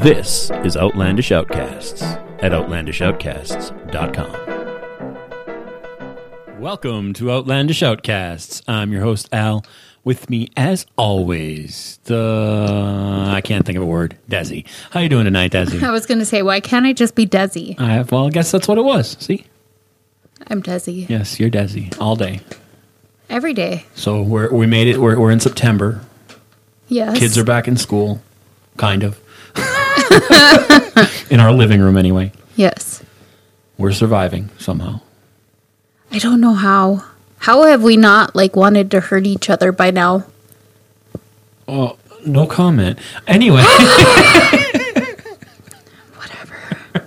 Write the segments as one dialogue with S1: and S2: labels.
S1: This is Outlandish Outcasts at OutlandishOutcasts.com. Welcome to Outlandish Outcasts. I'm your host, Al. With me, as always, the I can't think of a word. Desi, how you doing tonight, Desi?
S2: I was going to say, why can't I just be Desi?
S1: I, well, I guess that's what it was. See,
S2: I'm Desi
S1: yes, you're Desi all day.
S2: every day.
S1: So we're, we made it. We're, we're in September.
S2: Yes.
S1: Kids are back in school, kind of. in our living room, anyway.
S2: Yes.
S1: We're surviving somehow.
S2: I don't know how. How have we not like wanted to hurt each other by now?
S1: No comment. Anyway,
S2: Whatever.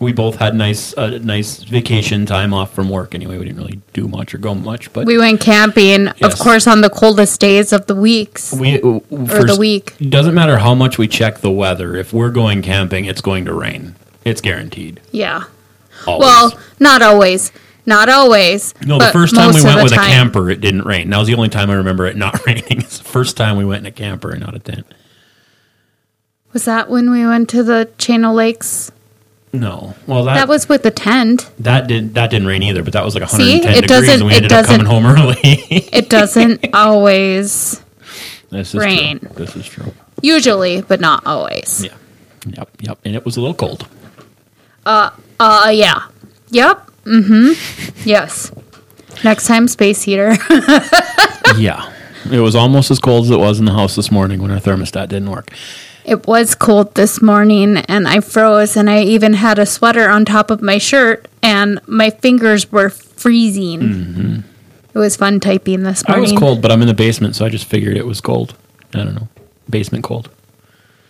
S1: we both had nice, uh, nice vacation time off from work. Anyway, we didn't really do much or go much, but
S2: We went camping,
S1: Yes.
S2: of course, on the coldest days of the weeks.
S1: we for
S2: the week.
S1: doesn't matter how much we check the weather. If we're going camping, it's going to rain. It's guaranteed.
S2: Yeah.
S1: Always.
S2: Well, not always. Not always.
S1: no, the
S2: but
S1: first time
S2: most
S1: we
S2: of
S1: went
S2: the
S1: with a
S2: time.
S1: camper, it didn't rain. That was the only time I remember it not raining. It's the first time we went in a camper and not a tent.
S2: Was that when we went to the Channel Lakes?
S1: No, well that
S2: That was with the tent.
S1: that did that didn't rain either, but that was like 110
S2: See? It
S1: degrees,
S2: doesn't-
S1: and we
S2: it
S1: ended up coming
S2: doesn't-
S1: home early.
S2: It doesn't always.
S1: this is
S2: Rain.
S1: true. This is true.
S2: Usually, but not always.
S1: Yeah. Yep. Yep. And it was a little cold.
S2: Uh, yeah. Yep. Mm hmm. yes. Next time, space heater.
S1: yeah. It was almost as cold as it was in the house this morning when our thermostat didn't work.
S2: it was cold this morning and I froze, and I even had a sweater on top of my shirt, and my fingers were freezing. It was fun typing this
S1: I
S2: morning.
S1: Mm-hmm. was cold, but I'm in the basement, so I just figured it was cold. I don't know. Basement cold.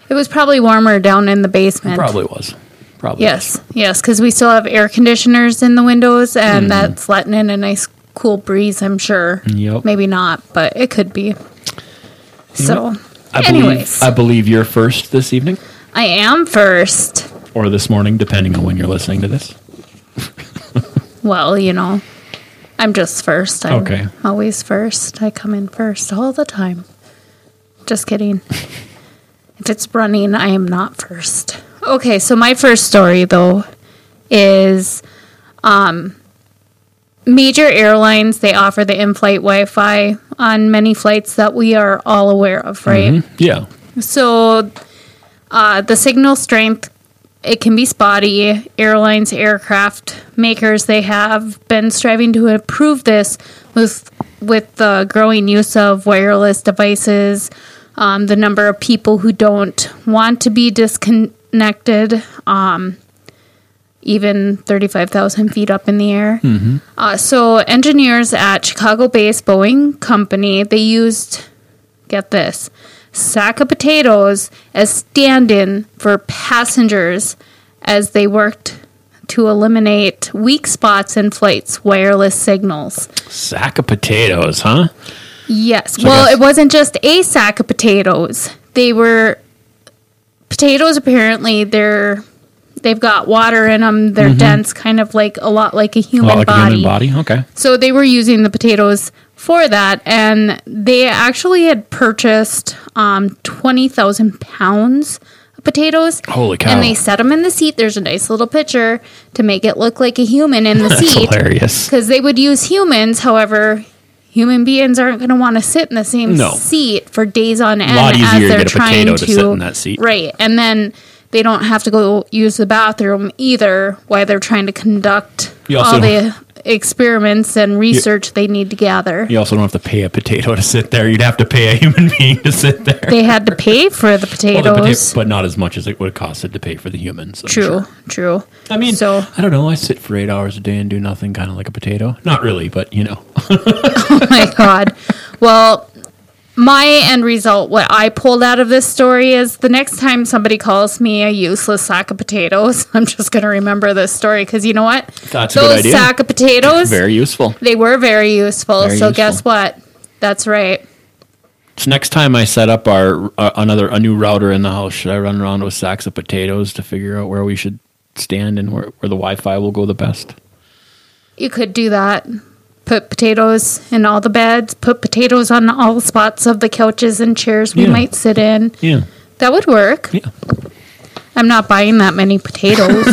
S2: It was probably warmer down in the basement.
S1: Probably was. Probably. was.
S2: Yes, yes, because we still have air conditioners in the windows,
S1: Mm-hmm.
S2: and that's letting in a nice cool breeze, I'm sure.
S1: Yep.
S2: Maybe not, but it could be. So,
S1: I
S2: anyways.
S1: believe I believe you're first this evening
S2: I am first.
S1: or this morning, depending on when you're listening to this.
S2: Well, you know, I'm just first. I'm
S1: Okay.
S2: always first. I come in first all the time. Just kidding. if it's running, I am not first. Okay, so my first story though is um major airlines they offer the in-flight Wi-Fi on many flights that we are all aware of, right?
S1: Hmm? Yeah.
S2: So, uh, the signal strength it can be spotty. Airlines, aircraft makers, they have been striving to improve this with with the growing use of wireless devices. Um, the number of people who don't want to be disconnected, um, even 35,000 feet up in the air. Uh, so, engineers at Chicago-based Boeing company, they used get this sack of potatoes as stand-in for passengers as they worked to eliminate weak spots in flights wireless signals
S1: Sack of potatoes, huh?
S2: yes
S1: I
S2: well
S1: guess-
S2: it wasn't just a sack of potatoes they were potatoes apparently they're they've got water in them they're dense kind of like a Mm-hmm. lot like a human
S1: Well, like a
S2: body
S1: human body. Okay.
S2: so they were using the potatoes for that, and they actually had purchased um, twenty thousand pounds of potatoes.
S1: Holy cow.
S2: And they set them in the seat. There's a nice little picture to make it look like a human in the
S1: That's
S2: seat
S1: hilarious.
S2: because they would use humans. However, human beings aren't going to want to sit in the same
S1: No.
S2: seat for days on end
S1: Lot easier to
S2: as they're
S1: get a
S2: trying
S1: potato
S2: to,
S1: to sit in that seat.
S2: Right, and then they don't have to go use the bathroom either while they're trying to conduct
S1: You also
S2: all the experiments and research they need to gather.
S1: You also don't have to pay a potato to sit there. You'd have to pay a human being to sit there.
S2: They had to pay for the potatoes.
S1: Well, the pota- but not as much as it would have costed to pay for the humans. I'm
S2: true,
S1: sure.
S2: true.
S1: I mean,
S2: so
S1: I don't know. I sit for eight hours a day and do nothing, kind of like a potato. Not really, but you know.
S2: my god. Well, my end result, what I pulled out of this story is the next time somebody calls me a useless sack of potatoes, I'm just going to remember this story because you know what?
S1: That's a
S2: Those
S1: good idea.
S2: sack of potatoes,
S1: Very useful.
S2: they were very useful.
S1: Very
S2: so
S1: useful.
S2: guess what? That's right.
S1: So next time I set up our uh, another a new router in the house, should I run around with sacks of potatoes to figure out where we should stand and where, where the Wi-Fi will go the best?
S2: You could do that. Put potatoes in all the beds, put potatoes on all spots of the couches and chairs we
S1: Yeah.
S2: might sit in.
S1: Yeah.
S2: That would work.
S1: Yeah.
S2: I'm not buying that many potatoes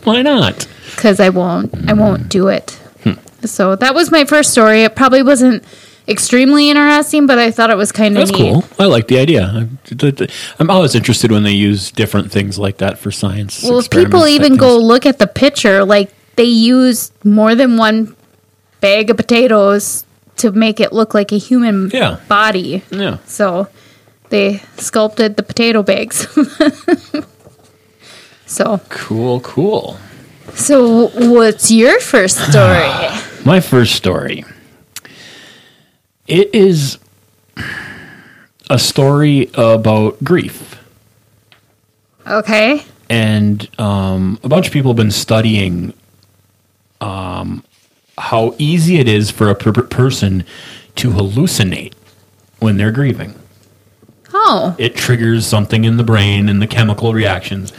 S1: Why not?
S2: because I won't.
S1: Mm.
S2: I won't do it.
S1: Hmm.
S2: So that was my first story. It probably wasn't extremely interesting, but I thought it was kind of
S1: That's
S2: neat.
S1: cool. I like the idea. I'm- I'm always interested when they use different things like that for science.
S2: Well, if
S1: experiments
S2: people
S1: type
S2: even
S1: things.
S2: go look at the picture, like they use more than one bag of potatoes to make it look like a human
S1: Yeah.
S2: body.
S1: yeah,
S2: So they sculpted the potato bags. so,
S1: cool, cool.
S2: so what's your first story?
S1: My first story. It is a story about grief.
S2: okay.
S1: and um, a bunch of people have been studying um, how easy it is for a per- person to hallucinate when they're grieving.
S2: Oh,
S1: It triggers something in the brain and the chemical reactions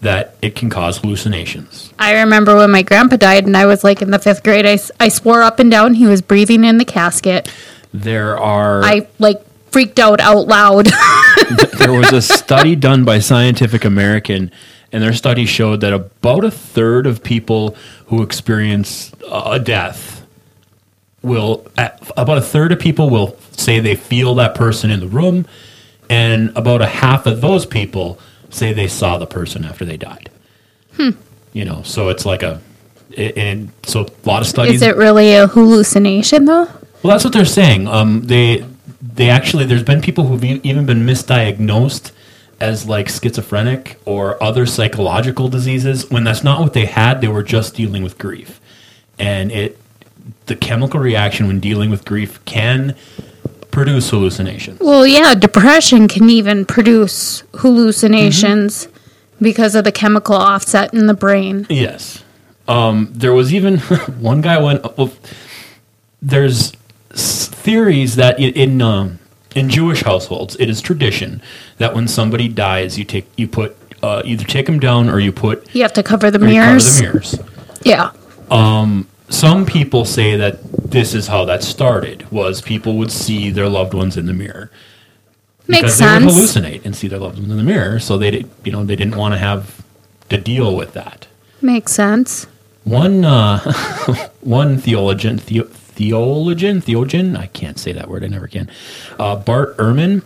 S1: that it can cause hallucinations.
S2: I remember when my grandpa died and I was like in the fifth grade. I, s- I swore up and down he was breathing in the casket.
S1: There are
S2: I like freaked out out loud.
S1: there was a study done by Scientific American, and their study showed that about a third of people who experience a death will about a third of people will say they feel that person in the room, and about a half of those people say they saw the person after they died. You know, so it's like a and- and so a lot of studies.
S2: Is it really a hallucination though?
S1: Well, that's what they're saying. Um, they they actually there's been people who've e- even been misdiagnosed as like schizophrenic or other psychological diseases when that's not what they had. They were just dealing with grief, and it the chemical reaction when dealing with grief can produce hallucinations.
S2: Well, yeah, depression can even produce hallucinations because of the chemical offset in the brain.
S1: Yes. Um, there was even one guy went. Well, there's s- theories that i- in um, in Jewish households, it is tradition that when somebody dies, you take you put uh, either take them down or you put
S2: You have to cover the
S1: or you cover
S2: mirrors.
S1: the mirrors.
S2: Yeah.
S1: Some people say that this is how that started. Was people would see their loved ones in the mirror they
S2: Makes
S1: would
S2: sense.
S1: hallucinate and see their loved ones in the mirror, so they did, you know they didn't want to have to deal with that.
S2: Makes sense.
S1: One uh, one theologian, theo- theologian, theologian. I can't say that word. I never can. Uh, Bart Ehrman.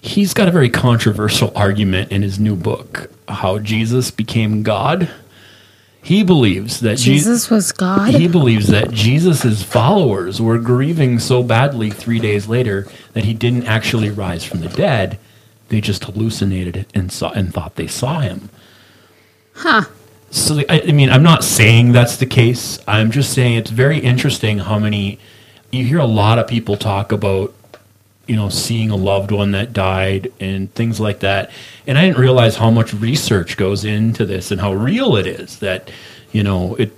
S1: He's got a very controversial argument in his new book, "How Jesus Became God." He believes that Je-
S2: Jesus was God.
S1: he believes that Jesus' followers were grieving so badly three days later that he didn't actually rise from the dead. They just hallucinated and saw and thought they saw him. Huh. So the- I, I mean, I'm not saying that's the case. I'm just saying it's very interesting how many you hear a lot of people talk about you know, seeing a loved one that died and things like that. And I didn't realize how much research goes into this and how real it is that, you know, it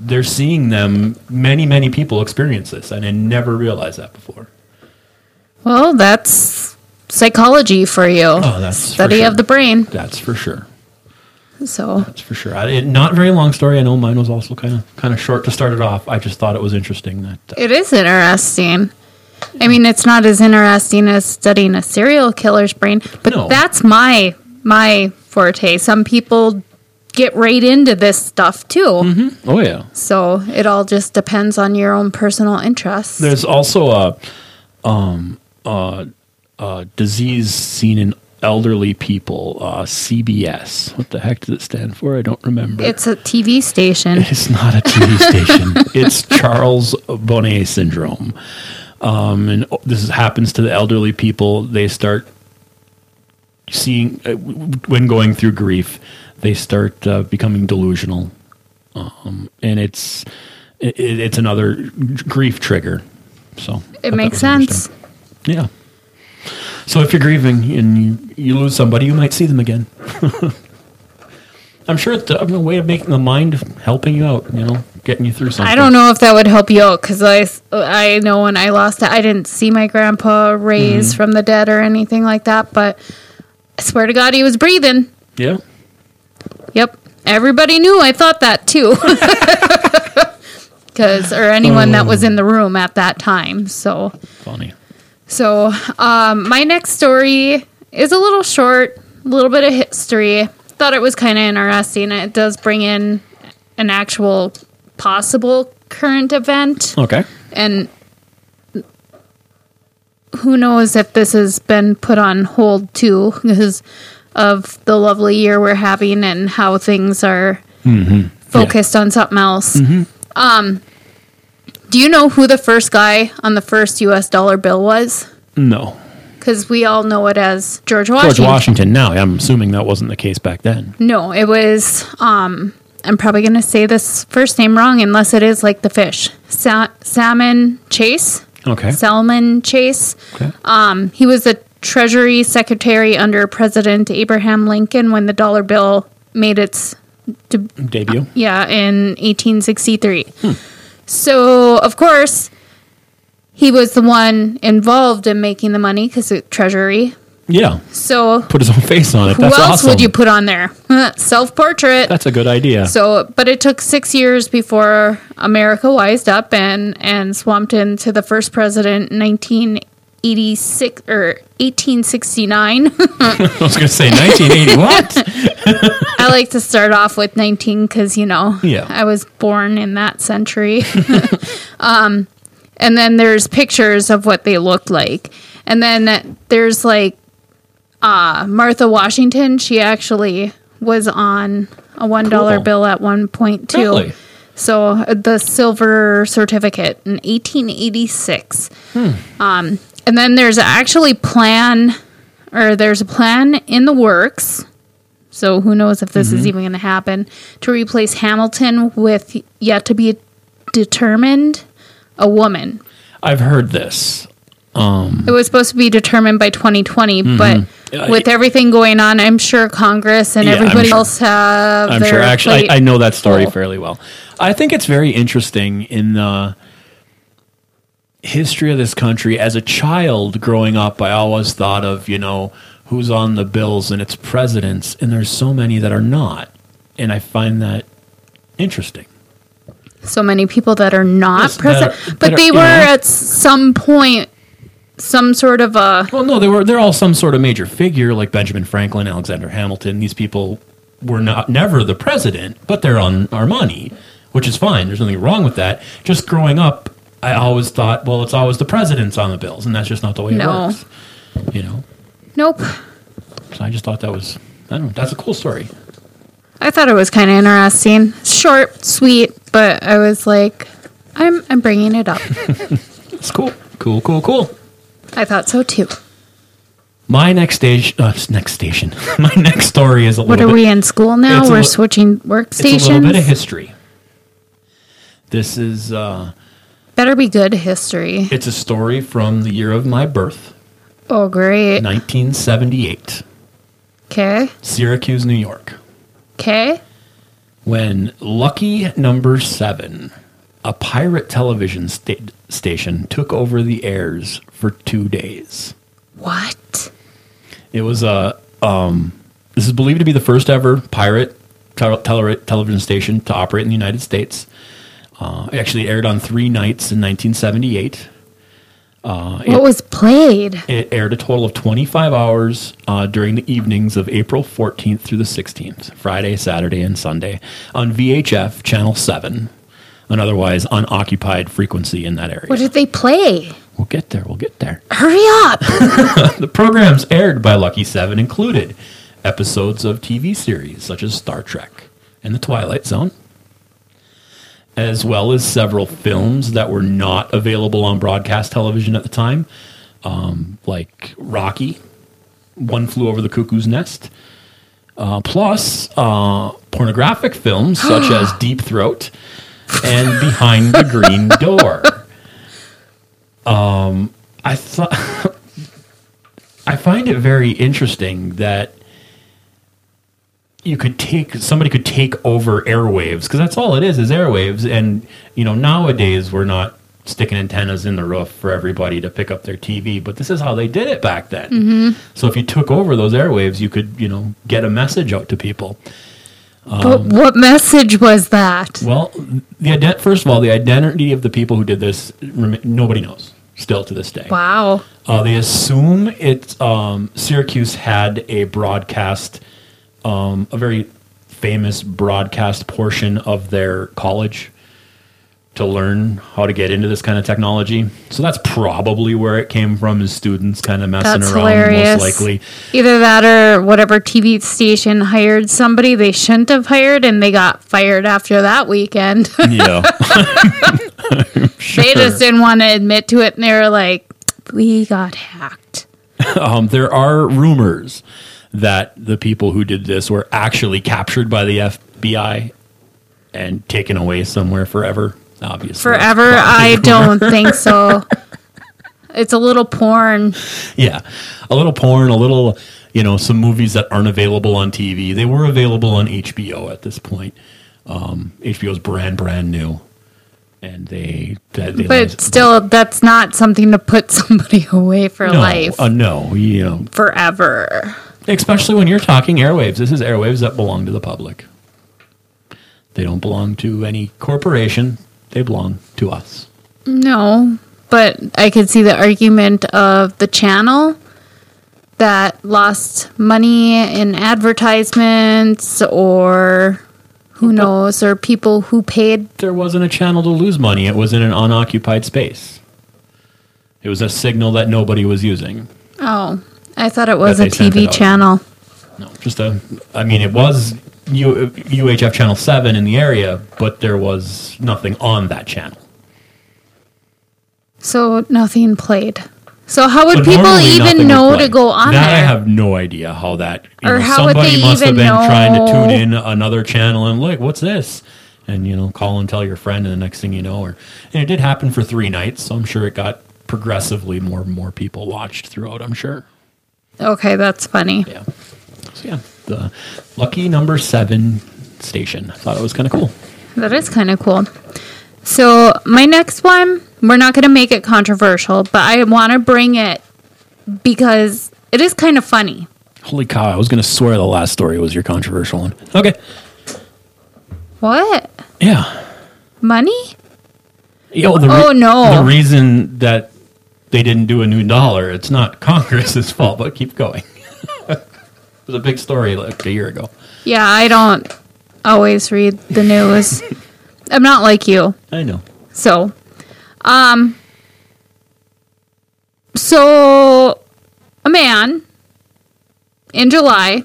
S1: they're seeing them many, many people experience this and I never realized that before.
S2: well, that's psychology for you.
S1: Oh, that's for
S2: study
S1: sure.
S2: of the brain.
S1: That's for sure.
S2: So
S1: That's for sure. I, it, not a very long story. I know mine was also kind of kind of short to start it off. I just thought it was interesting that uh,
S2: it is interesting. I mean, it's not as interesting as studying a serial killer's brain, but
S1: No.
S2: that's my my forte. Some people get right into this stuff too.
S1: oh yeah.
S2: So it all just depends on your own personal interests.
S1: There's also a um uh, uh disease seen in elderly people, uh CBS. What the heck does it stand for? I don't remember.
S2: it's a TV station.
S1: It's not a TV station. It's Charles Bonnet syndrome. Um, and this is, happens to the elderly people. They start seeing, uh, w- w- when going through grief, they start uh, becoming delusional. Um, and it's it, it's another grief trigger. So I thought
S2: It
S1: that was
S2: makes
S1: interesting.
S2: sense.
S1: Yeah. So if you're grieving and you, you lose somebody, you might see them again. I'm sure it's a, a way of making the mind helping you out, you know, getting you through something.
S2: I don't know if that would help you out because I, s- I know when I lost it, I didn't see my grandpa raised
S1: Mm-hmm.
S2: from the dead or anything like that, but I swear to God, he was breathing.
S1: Yeah.
S2: Yep. Everybody knew I thought that too. Because, or anyone that was in the room at that time. So,
S1: Funny.
S2: So, um, my next story is a little short, a little bit of history. Thought it was kind of interesting. It does bring in an actual possible current event,
S1: Okay.
S2: and who knows if this has been put on hold too because of the lovely year we're having and how things are focused on something else. Um, do you know who the first guy on the first U.S. dollar bill was?
S1: No.
S2: because we all know it as George
S1: George
S2: Washington.
S1: Washington now. I'm assuming that wasn't the case back then.
S2: No, it was. Um, I'm probably going to say this first name wrong unless it is like the fish, Sa- Salmon Chase.
S1: Okay.
S2: Salmon Chase.
S1: Okay.
S2: Um, he was the Treasury Secretary under President Abraham Lincoln when the dollar bill made its de-
S1: Debut.
S2: yeah, in 1863.
S1: Hmm.
S2: So, of course, he was the one involved in making the money because Treasury.
S1: Yeah.
S2: So,
S1: Put his own face on it.
S2: who
S1: That's
S2: else
S1: awesome.
S2: would you put on there? Self portrait.
S1: That's a good idea.
S2: So, but it took six years before America wised up and and swamped into the first president in 1986 or 1869.
S1: I was going to say 1980. what?
S2: I like to start off with 19 because, you know,
S1: Yeah.
S2: I was born in that century. um, and then there's pictures of what they looked like. And then there's like uh, Martha Washington. She actually was on a $1
S1: Cool.
S2: bill at one point, too.
S1: Really?
S2: So uh, the silver certificate in 1886.
S1: Hmm.
S2: Um, and then there's actually plan, or there's a plan in the works. So who knows if this
S1: Mm-hmm.
S2: is even going to happen to replace Hamilton with yet to be determined a woman.
S1: I've heard this.
S2: It was supposed to be determined by 2020,
S1: Mm-hmm. Yeah,
S2: but with everything going on, I'm sure Congress and
S1: Yeah, I'm
S2: everybody
S1: sure.
S2: else have.
S1: I'm
S2: their
S1: sure. Actually,
S2: plate-
S1: I, I know that story
S2: full.
S1: fairly well. I think it's very interesting in the history of this country. As a child growing up, I always thought of, you know, who's on the bills and it's presidents, and there's so many that are not. And I find that interesting.
S2: so many people that are not
S1: Yes, that
S2: present,
S1: are- that
S2: but
S1: are,
S2: they
S1: you
S2: were
S1: know.
S2: at some point some sort of a
S1: Well, no, they were they're all some sort of major figure like Benjamin Franklin, Alexander Hamilton. These people were not never the president, but they're on our money, which is fine. There's nothing wrong with that. Just growing up, I always thought, well, it's always the president's on the bills, and that's just not the way
S2: No.
S1: it works. You know,
S2: nope.
S1: so I just thought that was I don't know. That's a cool story.
S2: I thought it was kind of interesting, short, sweet, but I was like, I'm I'm bringing it up.
S1: It's cool, cool, cool, cool.
S2: I thought so too.
S1: My next station, uh, next station. My next story is a
S2: What
S1: little
S2: are
S1: bit
S2: we in school now?
S1: It's a
S2: We're
S1: li-
S2: switching
S1: It's a little bit of
S2: workstations.
S1: history. This is. Uh,
S2: Better be good history.
S1: It's a story from the year of my birth,
S2: Oh great.
S1: 1978,
S2: Okay.
S1: Syracuse, New York,
S2: Okay.
S1: when Lucky Number Seven, a pirate television sta- station, took over the airs for two days.
S2: What?
S1: It was a. Um, this is believed to be the first ever pirate tel- tele- television station to operate in the United States. Uh, it actually aired on three nights in 1978. Uh,
S2: What was played?
S1: It aired a total of 25 hours uh, during the evenings of April 14th through the 16th, Friday, Saturday, and Sunday, on VHF Channel 7, an otherwise unoccupied frequency in that area.
S2: What did they play?
S1: we'll get there, we'll get there.
S2: Hurry up.
S1: The programs aired by Lucky 7 included episodes of TV series such as Star Trek and The Twilight Zone, as well as several films that were not available on broadcast television at the time, um, like Rocky, One Flew Over the Cuckoo's Nest, uh, plus uh, pornographic films such as Deep Throat and Behind the Green Door. Um, I thought. I find it very interesting that you could take somebody could take over airwaves because that's all it is is airwaves and you know nowadays we're not sticking antennas in the roof for everybody to pick up their TV but this is how they did it back then so if you took over those airwaves you could you know get a message out to people
S2: But
S1: Um,
S2: what message was that?
S1: well the ident- first of all the identity of the people who did this rem- nobody knows still to this day.
S2: Wow.
S1: Uh, they assume it. Um, Syracuse had a broadcast, um, a very famous broadcast portion of their college to learn how to get into this kind of technology. So that's probably where it came from. Is students kind of messing
S2: That's
S1: around,
S2: hilarious.
S1: most likely.
S2: Either that or whatever TV station hired somebody they shouldn't have hired and they got fired after that weekend.
S1: Yeah,
S2: They just didn't want to admit to it and they were like, we got hacked.
S1: Um, there are rumors that the people who did this were actually captured by the FBI and taken away somewhere forever. Obviously,
S2: Forever? I don't think so. It's a little porn.
S1: Yeah, a little porn, a little you know some movies that aren't available on TV. They were available on HBO at this point. Um, HBO's brand brand new, and they that they
S2: But still, that's not something to put somebody away for
S1: no,
S2: life
S1: uh, no, you know,
S2: forever.
S1: especially when you're talking airwaves. This is airwaves that belong to the public. They don't belong to any corporation. They belong to us.
S2: No, but I could see the argument of the channel that lost money in advertisements or who knows, or people who paid.
S1: There wasn't a channel to lose money. It was in an unoccupied space. It was a signal that nobody was using.
S2: Oh, I thought it was
S1: That
S2: a
S1: they sent it
S2: TV
S1: out.
S2: channel.
S1: No, just a. I mean, it was U, UHF channel seven in the area, but there was nothing on that channel.
S2: So nothing played. So how would
S1: But
S2: people
S1: normally nothing
S2: even
S1: would
S2: know
S1: play.
S2: to go on
S1: that
S2: there?
S1: I have no idea how that. you
S2: Or
S1: know,
S2: how would
S1: somebody
S2: they
S1: must
S2: even
S1: have been trying to
S2: know?
S1: tune in another channel and look, what's this? And you know, call and tell your friend, and the next thing you know, or and it did happen for three nights, so I'm sure it got progressively more and more people watched throughout. I'm sure.
S2: okay, that's funny.
S1: Yeah. So yeah, the lucky number seven station. I thought it was kind of cool.
S2: That is kind of cool. So, my next one, we're not going to make it controversial, but I want to bring it because it is kind of funny.
S1: Holy cow, I was going to swear the last story was your controversial one. Okay.
S2: What?
S1: Yeah.
S2: Money?
S1: Yo, the
S2: Oh, no.
S1: The reason that they didn't do a new dollar, it's not Congress's fault, but keep going. it was a big story like a year ago.
S2: Yeah, I don't always read the news. I'm not like you.
S1: I know.
S2: So, um, so a man in July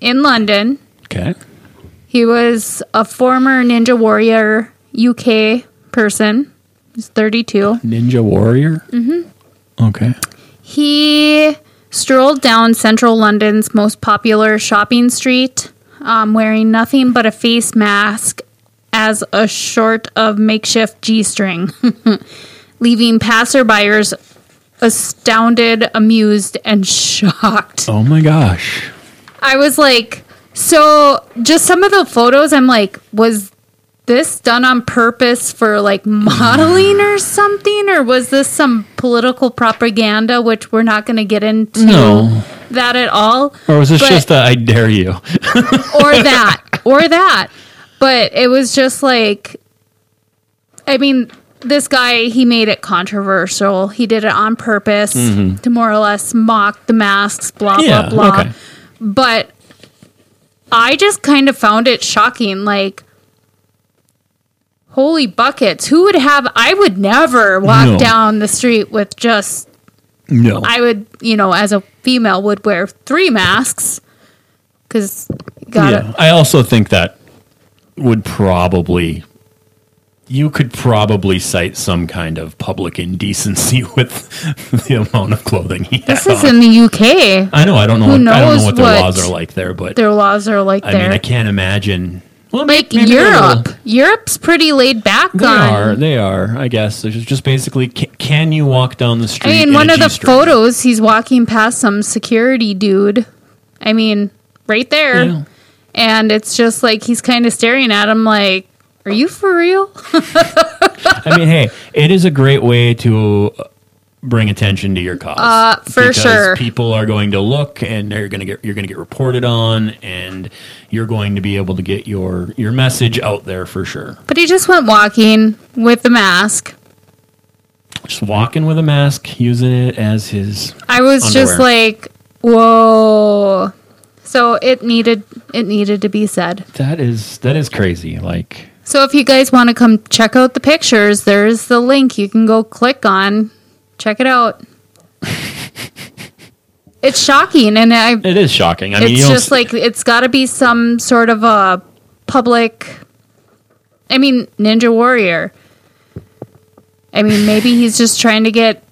S2: in London
S1: Okay.
S2: He was a former Ninja Warrior UK person. He's 32.
S1: Ninja Warrior? Mm
S2: Mm-hmm.
S1: hmm. Okay.
S2: He strolled down central London's most popular shopping street, um, wearing nothing but a face mask as a short of makeshift G string, leaving passerbyers astounded, amused, and shocked.
S1: Oh my gosh.
S2: I was like, so just some of the photos, I'm like, was this done on purpose for like modeling or something? Or was this some political propaganda, which we're not going to get into
S1: No.
S2: that at all?
S1: Or was this
S2: But-
S1: just a I dare you?
S2: or that or that but it was just like i mean this guy he made it controversial he did it on purpose to more or less mock the masks blah
S1: Mm-hmm. Yeah,
S2: blah blah
S1: okay.
S2: but i just kind of found it shocking like holy buckets who would have i would never walk
S1: No.
S2: down the street with just
S1: No.
S2: I would, you know, as a female, would wear three masks because got
S1: yeah.
S2: it.
S1: I also think that would probably you could probably cite some kind of public indecency with the amount of clothing he
S2: This
S1: had
S2: is
S1: on.
S2: in the UK.
S1: I know I don't know
S2: who
S1: what, I don't
S2: knows
S1: know what their
S2: what
S1: laws are like there, but
S2: Their laws are like
S1: I
S2: there,
S1: mean I can't imagine well, may-
S2: like
S1: maybe they're a little-
S2: Europe. Europe's pretty laid back
S1: They
S2: on.
S1: are. They are. I guess it's just basically can, can you walk down the
S2: I
S1: street?
S2: mean,
S1: in
S2: one
S1: a
S2: of the
S1: G-string?
S2: photos, he's walking past some security dude. I mean, right there,
S1: Yeah.
S2: and it's just like he's kind of staring at him, like, "Are you for real?"
S1: I mean, hey, it is a great way to uh, bring attention to your cause.
S2: Uh, for
S1: because
S2: sure.
S1: People are going to look, and they're going to get you're going to get reported on, and you're going to be able to get your your message out there for sure.
S2: But he just went walking with the mask.
S1: Just walking with a mask, using it as his.
S2: I was just
S1: Underwear.
S2: like, whoa. So it needed it needed to be said.
S1: That is that is crazy. Like
S2: So if you guys want to come check out the pictures, there's the link you can go click on. Check it out. it's shocking and I
S1: it is shocking. I mean, you
S2: it's
S1: don't
S2: just
S1: s-
S2: like it's got to be some sort of a public I mean Ninja Warrior. I mean maybe he's just trying to get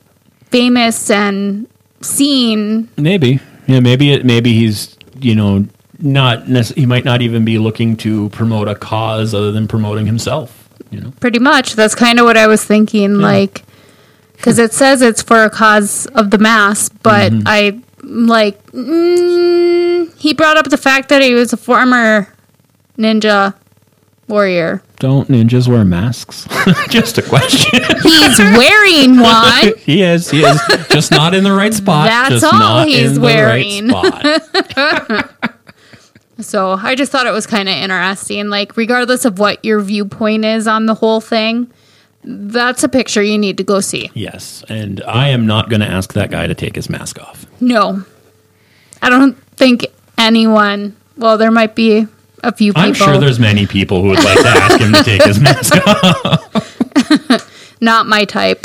S2: famous and seen.
S1: Maybe. Yeah, maybe it maybe he's, you know, not nece- he might not even be looking to promote a cause other than promoting himself, you know.
S2: Pretty much that's kind of what I was thinking like cuz it says it's for a cause of the mass, but
S1: Mm-hmm.
S2: I like mm, he brought up the fact that he was a former ninja warrior.
S1: Don't ninjas wear masks? Just a question.
S2: He's wearing one.
S1: he is, he is just not in the right spot.
S2: That's
S1: just
S2: all
S1: not
S2: he's
S1: in the
S2: wearing.
S1: right spot.
S2: So I just thought it was kind of interesting. Like, regardless of what your viewpoint is on the whole thing, that's a picture you need to go see.
S1: Yes, and I am not going to ask that guy to take his mask off.
S2: No, I don't think anyone. Well, there might be a few people.
S1: I'm sure there's many people who would like to ask him to take his mask off.
S2: not my type.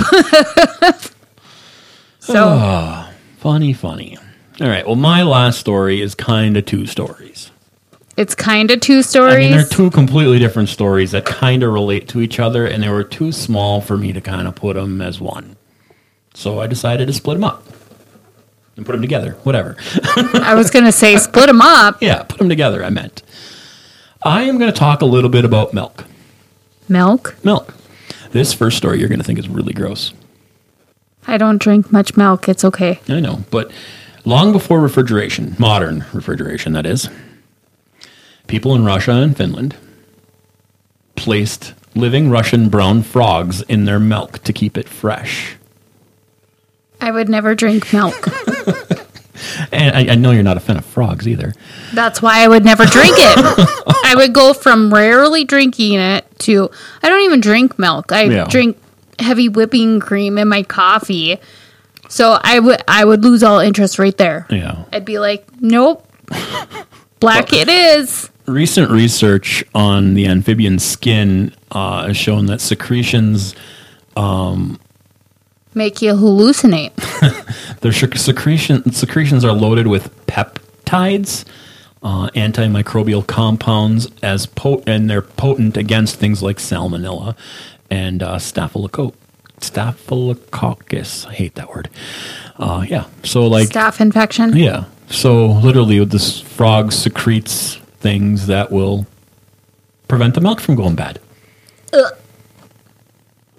S2: so
S1: Ah. Funny, funny. All right. Well, my last story is kind of two stories.
S2: it's kind of two stories.
S1: I mean, they're two completely different stories that kind of relate to each other, and they were too small for me to kind of put them as one. So I decided to split them up and put them together. Whatever.
S2: I was gonna say split them up.
S1: yeah, put them together. I meant. I am going to talk a little bit about milk.
S2: Milk.
S1: Milk. This first story you're going to think is really gross.
S2: I don't drink much milk. It's okay.
S1: I know, but long before refrigeration, modern refrigeration, that is, people in Russia and Finland placed living Russian brown frogs in their milk to keep it fresh.
S2: I would never drink milk.
S1: And I, I know you're not a fan of frogs either.
S2: That's why I would never drink it. I would go from rarely drinking it to I don't even drink milk. I
S1: Yeah.
S2: drink heavy whipping cream in my coffee. So I would I would lose all interest right there.
S1: Yeah.
S2: I'd be like, nope. Black it is.
S1: Recent research on the amphibian skin uh, has shown that secretions,
S2: Make you hallucinate.
S1: their sec- secretion, secretions are loaded with peptides, uh, antimicrobial compounds, as pot- and they're potent against things like salmonella and uh, staphylococcus. Staphylococcus. I hate that word. Uh, yeah. So like
S2: Staph infection.
S1: Yeah. So literally, this frog secretes things that will prevent the milk from going bad.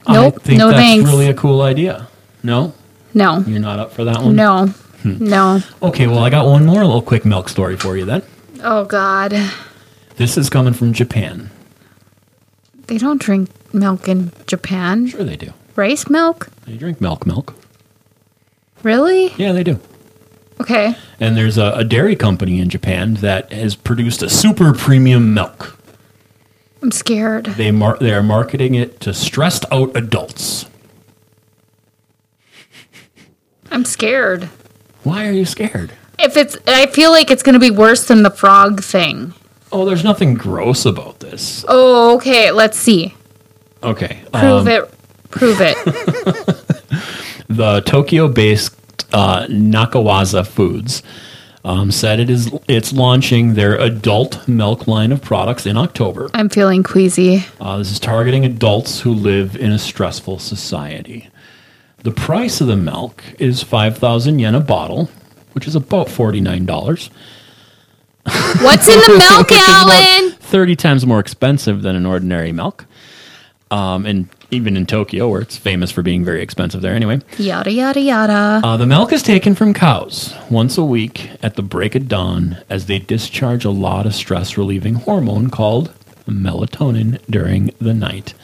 S2: Nope,
S1: I think
S2: no
S1: that's
S2: thanks.
S1: really a cool idea. No,
S2: No.
S1: you're not up for that one.
S2: No.
S1: Hmm.
S2: No.
S1: Okay. Well, I got one more little quick milk story for you. Then
S2: Oh God.
S1: this is coming from Japan.
S2: They don't drink milk in Japan.
S1: Sure, they do.
S2: Rice milk?
S1: They drink milk. Milk.
S2: Really?
S1: Yeah, they do.
S2: Okay.
S1: And there's a, a dairy company in Japan that has produced a super premium milk.
S2: I'm scared.
S1: They mar- they are marketing it to stressed out adults.
S2: I'm scared.
S1: Why are you scared?
S2: If it's, I feel like it's going to be worse than the frog thing.
S1: Oh, there's nothing gross about this.
S2: Oh, okay. Let's see.
S1: Okay.
S2: Prove
S1: um,
S2: it. Prove it.
S1: The Tokyo-based uh, Nakawaza Foods um, said it is it's launching their adult milk line of products in October.
S2: I'm feeling queasy.
S1: Uh, this is targeting adults who live in a stressful society. The price of the milk is 5,000 yen a bottle, which is about $49.
S2: What's in the milk,
S1: Which is about
S2: Alan?
S1: 30 times more expensive than an ordinary milk. Um, and even in Tokyo, where it's famous for being very expensive there anyway.
S2: Yada, yada, yada.
S1: Uh, the milk is taken from cows once a week at the break of dawn as they discharge a lot of stress relieving hormone called melatonin during the night.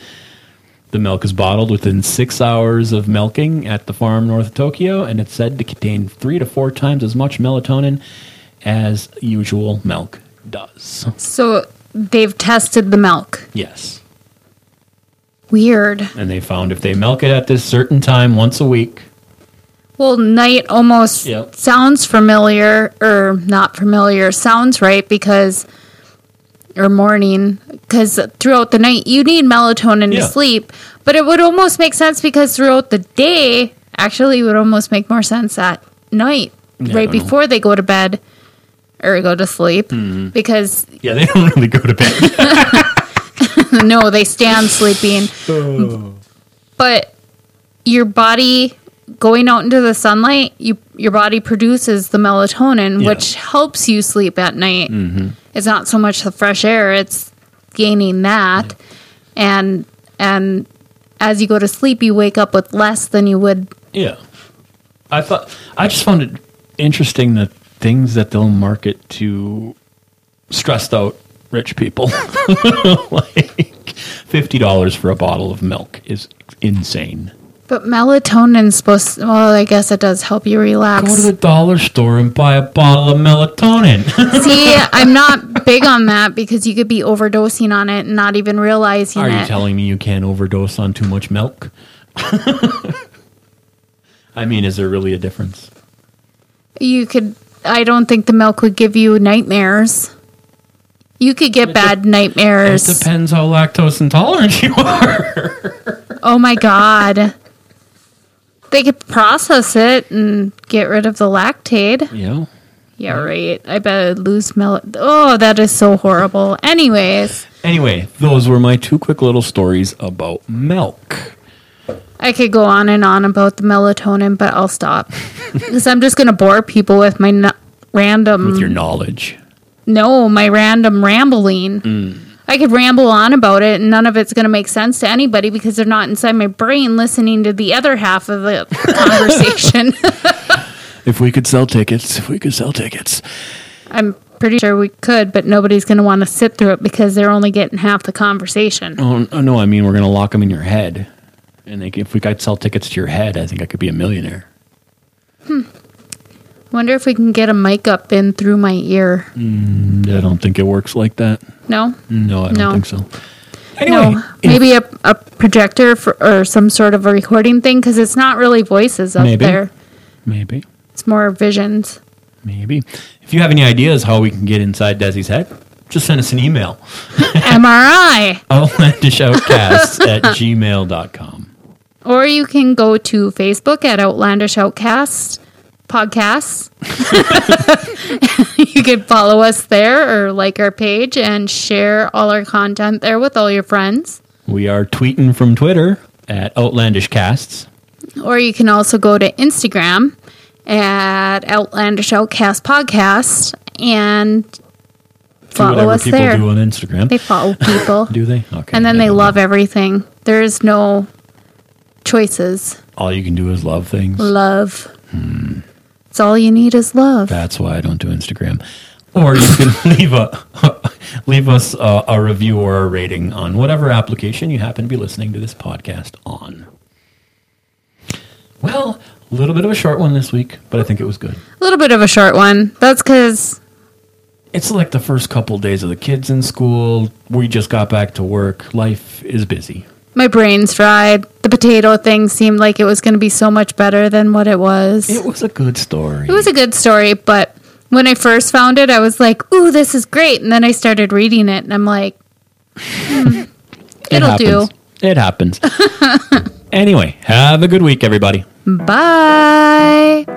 S1: The milk is bottled within six hours of milking at the farm north of Tokyo, and it's said to contain three to four times as much melatonin as usual milk does.
S2: So they've tested the milk.
S1: Yes.
S2: Weird.
S1: And they found if they milk it at this certain time once a week,
S2: Well, night almost
S1: Yep.
S2: sounds familiar or not familiar. Sounds right because, or morning, because throughout the night you need melatonin
S1: Yeah.
S2: to sleep. But it would almost make sense because throughout the day, actually, it would almost make more sense at night,
S1: Yeah, I
S2: right
S1: don't know.
S2: before they go to bed or go to sleep.
S1: Mm-hmm.
S2: Because,
S1: yeah, they don't really go to bed.
S2: no, they stand sleeping. but your body going out into the sunlight you your body produces the melatonin
S1: Yeah. Mm-hmm.
S2: which helps you sleep at night it's not so much the fresh air it's gaining that and and as you go to sleep you wake up with less than you would
S1: yeah, I thought I just found it interesting the things that they'll market to stressed out rich people, like fifty dollars for a bottle of milk is insane.
S2: but melatonin's supposed well i guess it does help you
S1: Go to
S2: relax
S1: the dollar store and buy a bottle of melatonin.
S2: see i'm not big on that because you could be overdosing on it and not even realizing
S1: Are you
S2: it
S1: telling me you can't overdose on too much milk? I mean, is there really a difference?
S2: you could i don't think the milk would give you nightmares you could get bad
S1: It
S2: nightmares
S1: depends how lactose intolerant you are.
S2: oh my god they could process it and get rid of the lactate
S1: Yeah.
S2: yeah right i bet it'd lose mel oh that is so horrible anyways
S1: Anyway, those were my two quick little stories about milk.
S2: i could go on and on about the melatonin but i'll stop because i'm just gonna bore people with my n- random
S1: With your knowledge.
S2: No, my random rambling. I could ramble on about it, and none of it's going to make sense to anybody because they're not inside my brain listening to the other half of the conversation.
S1: If we could sell tickets, if we could sell tickets.
S2: I'm pretty sure we could, but nobody's going to want to sit through it because they're only getting half the conversation.
S1: Oh, n- no, I mean, we're going to lock them in your head. And they, c- if we could sell tickets to your head, I think I could be a millionaire.
S2: Wonder if we can get a mic up in through my ear.
S1: I don't think it works like that.
S2: No?
S1: No, I don't
S2: No.
S1: think so. Anyway,
S2: No, maybe a, a projector for, or some sort of a recording thing because it's not really voices up
S1: Maybe.
S2: there.
S1: maybe.
S2: It's more visions.
S1: Maybe. If you have any ideas how we can get inside Desi's head, just send us an email.
S2: MRI.
S1: Outlandishoutcasts at gmail.com.
S2: Or you can go to Facebook at Outlandish Outcast Podcasts. you can follow us there or like our page and share all our content there with all your friends.
S1: We are tweeting from Twitter at OutlandishCasts.
S2: Or you can also go to Instagram at Outlandish Outcast Podcast and follow
S1: whatever
S2: us
S1: people
S2: there.
S1: do on Instagram.
S2: They follow people.
S1: do they? Okay.
S2: and then
S1: I
S2: they
S1: don't
S2: love
S1: know.
S2: everything. There is no choices.
S1: All you can do is love things.
S2: Love.
S1: Hmm.
S2: It's all you need is love.
S1: That's why I don't do Instagram. Or you can leave a leave us a, a review or a rating on whatever application you happen to be listening to this podcast on. Well, a little bit of a short one this week, but I think it was good.
S2: A little bit of a short one. That's because
S1: It's like the first couple days of the kids in school. We just got back to work. Life is busy.
S2: my brain's fried. The potato thing seemed like it was going to be so much better than what it was.
S1: It
S2: It,
S1: was a good story.
S2: was a good story, but when I first found it, I was like, ooh, this is great. And then I started reading it, and I'm like, hmm, it'll do.
S1: happens. It happens. anyway, have a good week, everybody.
S2: Bye.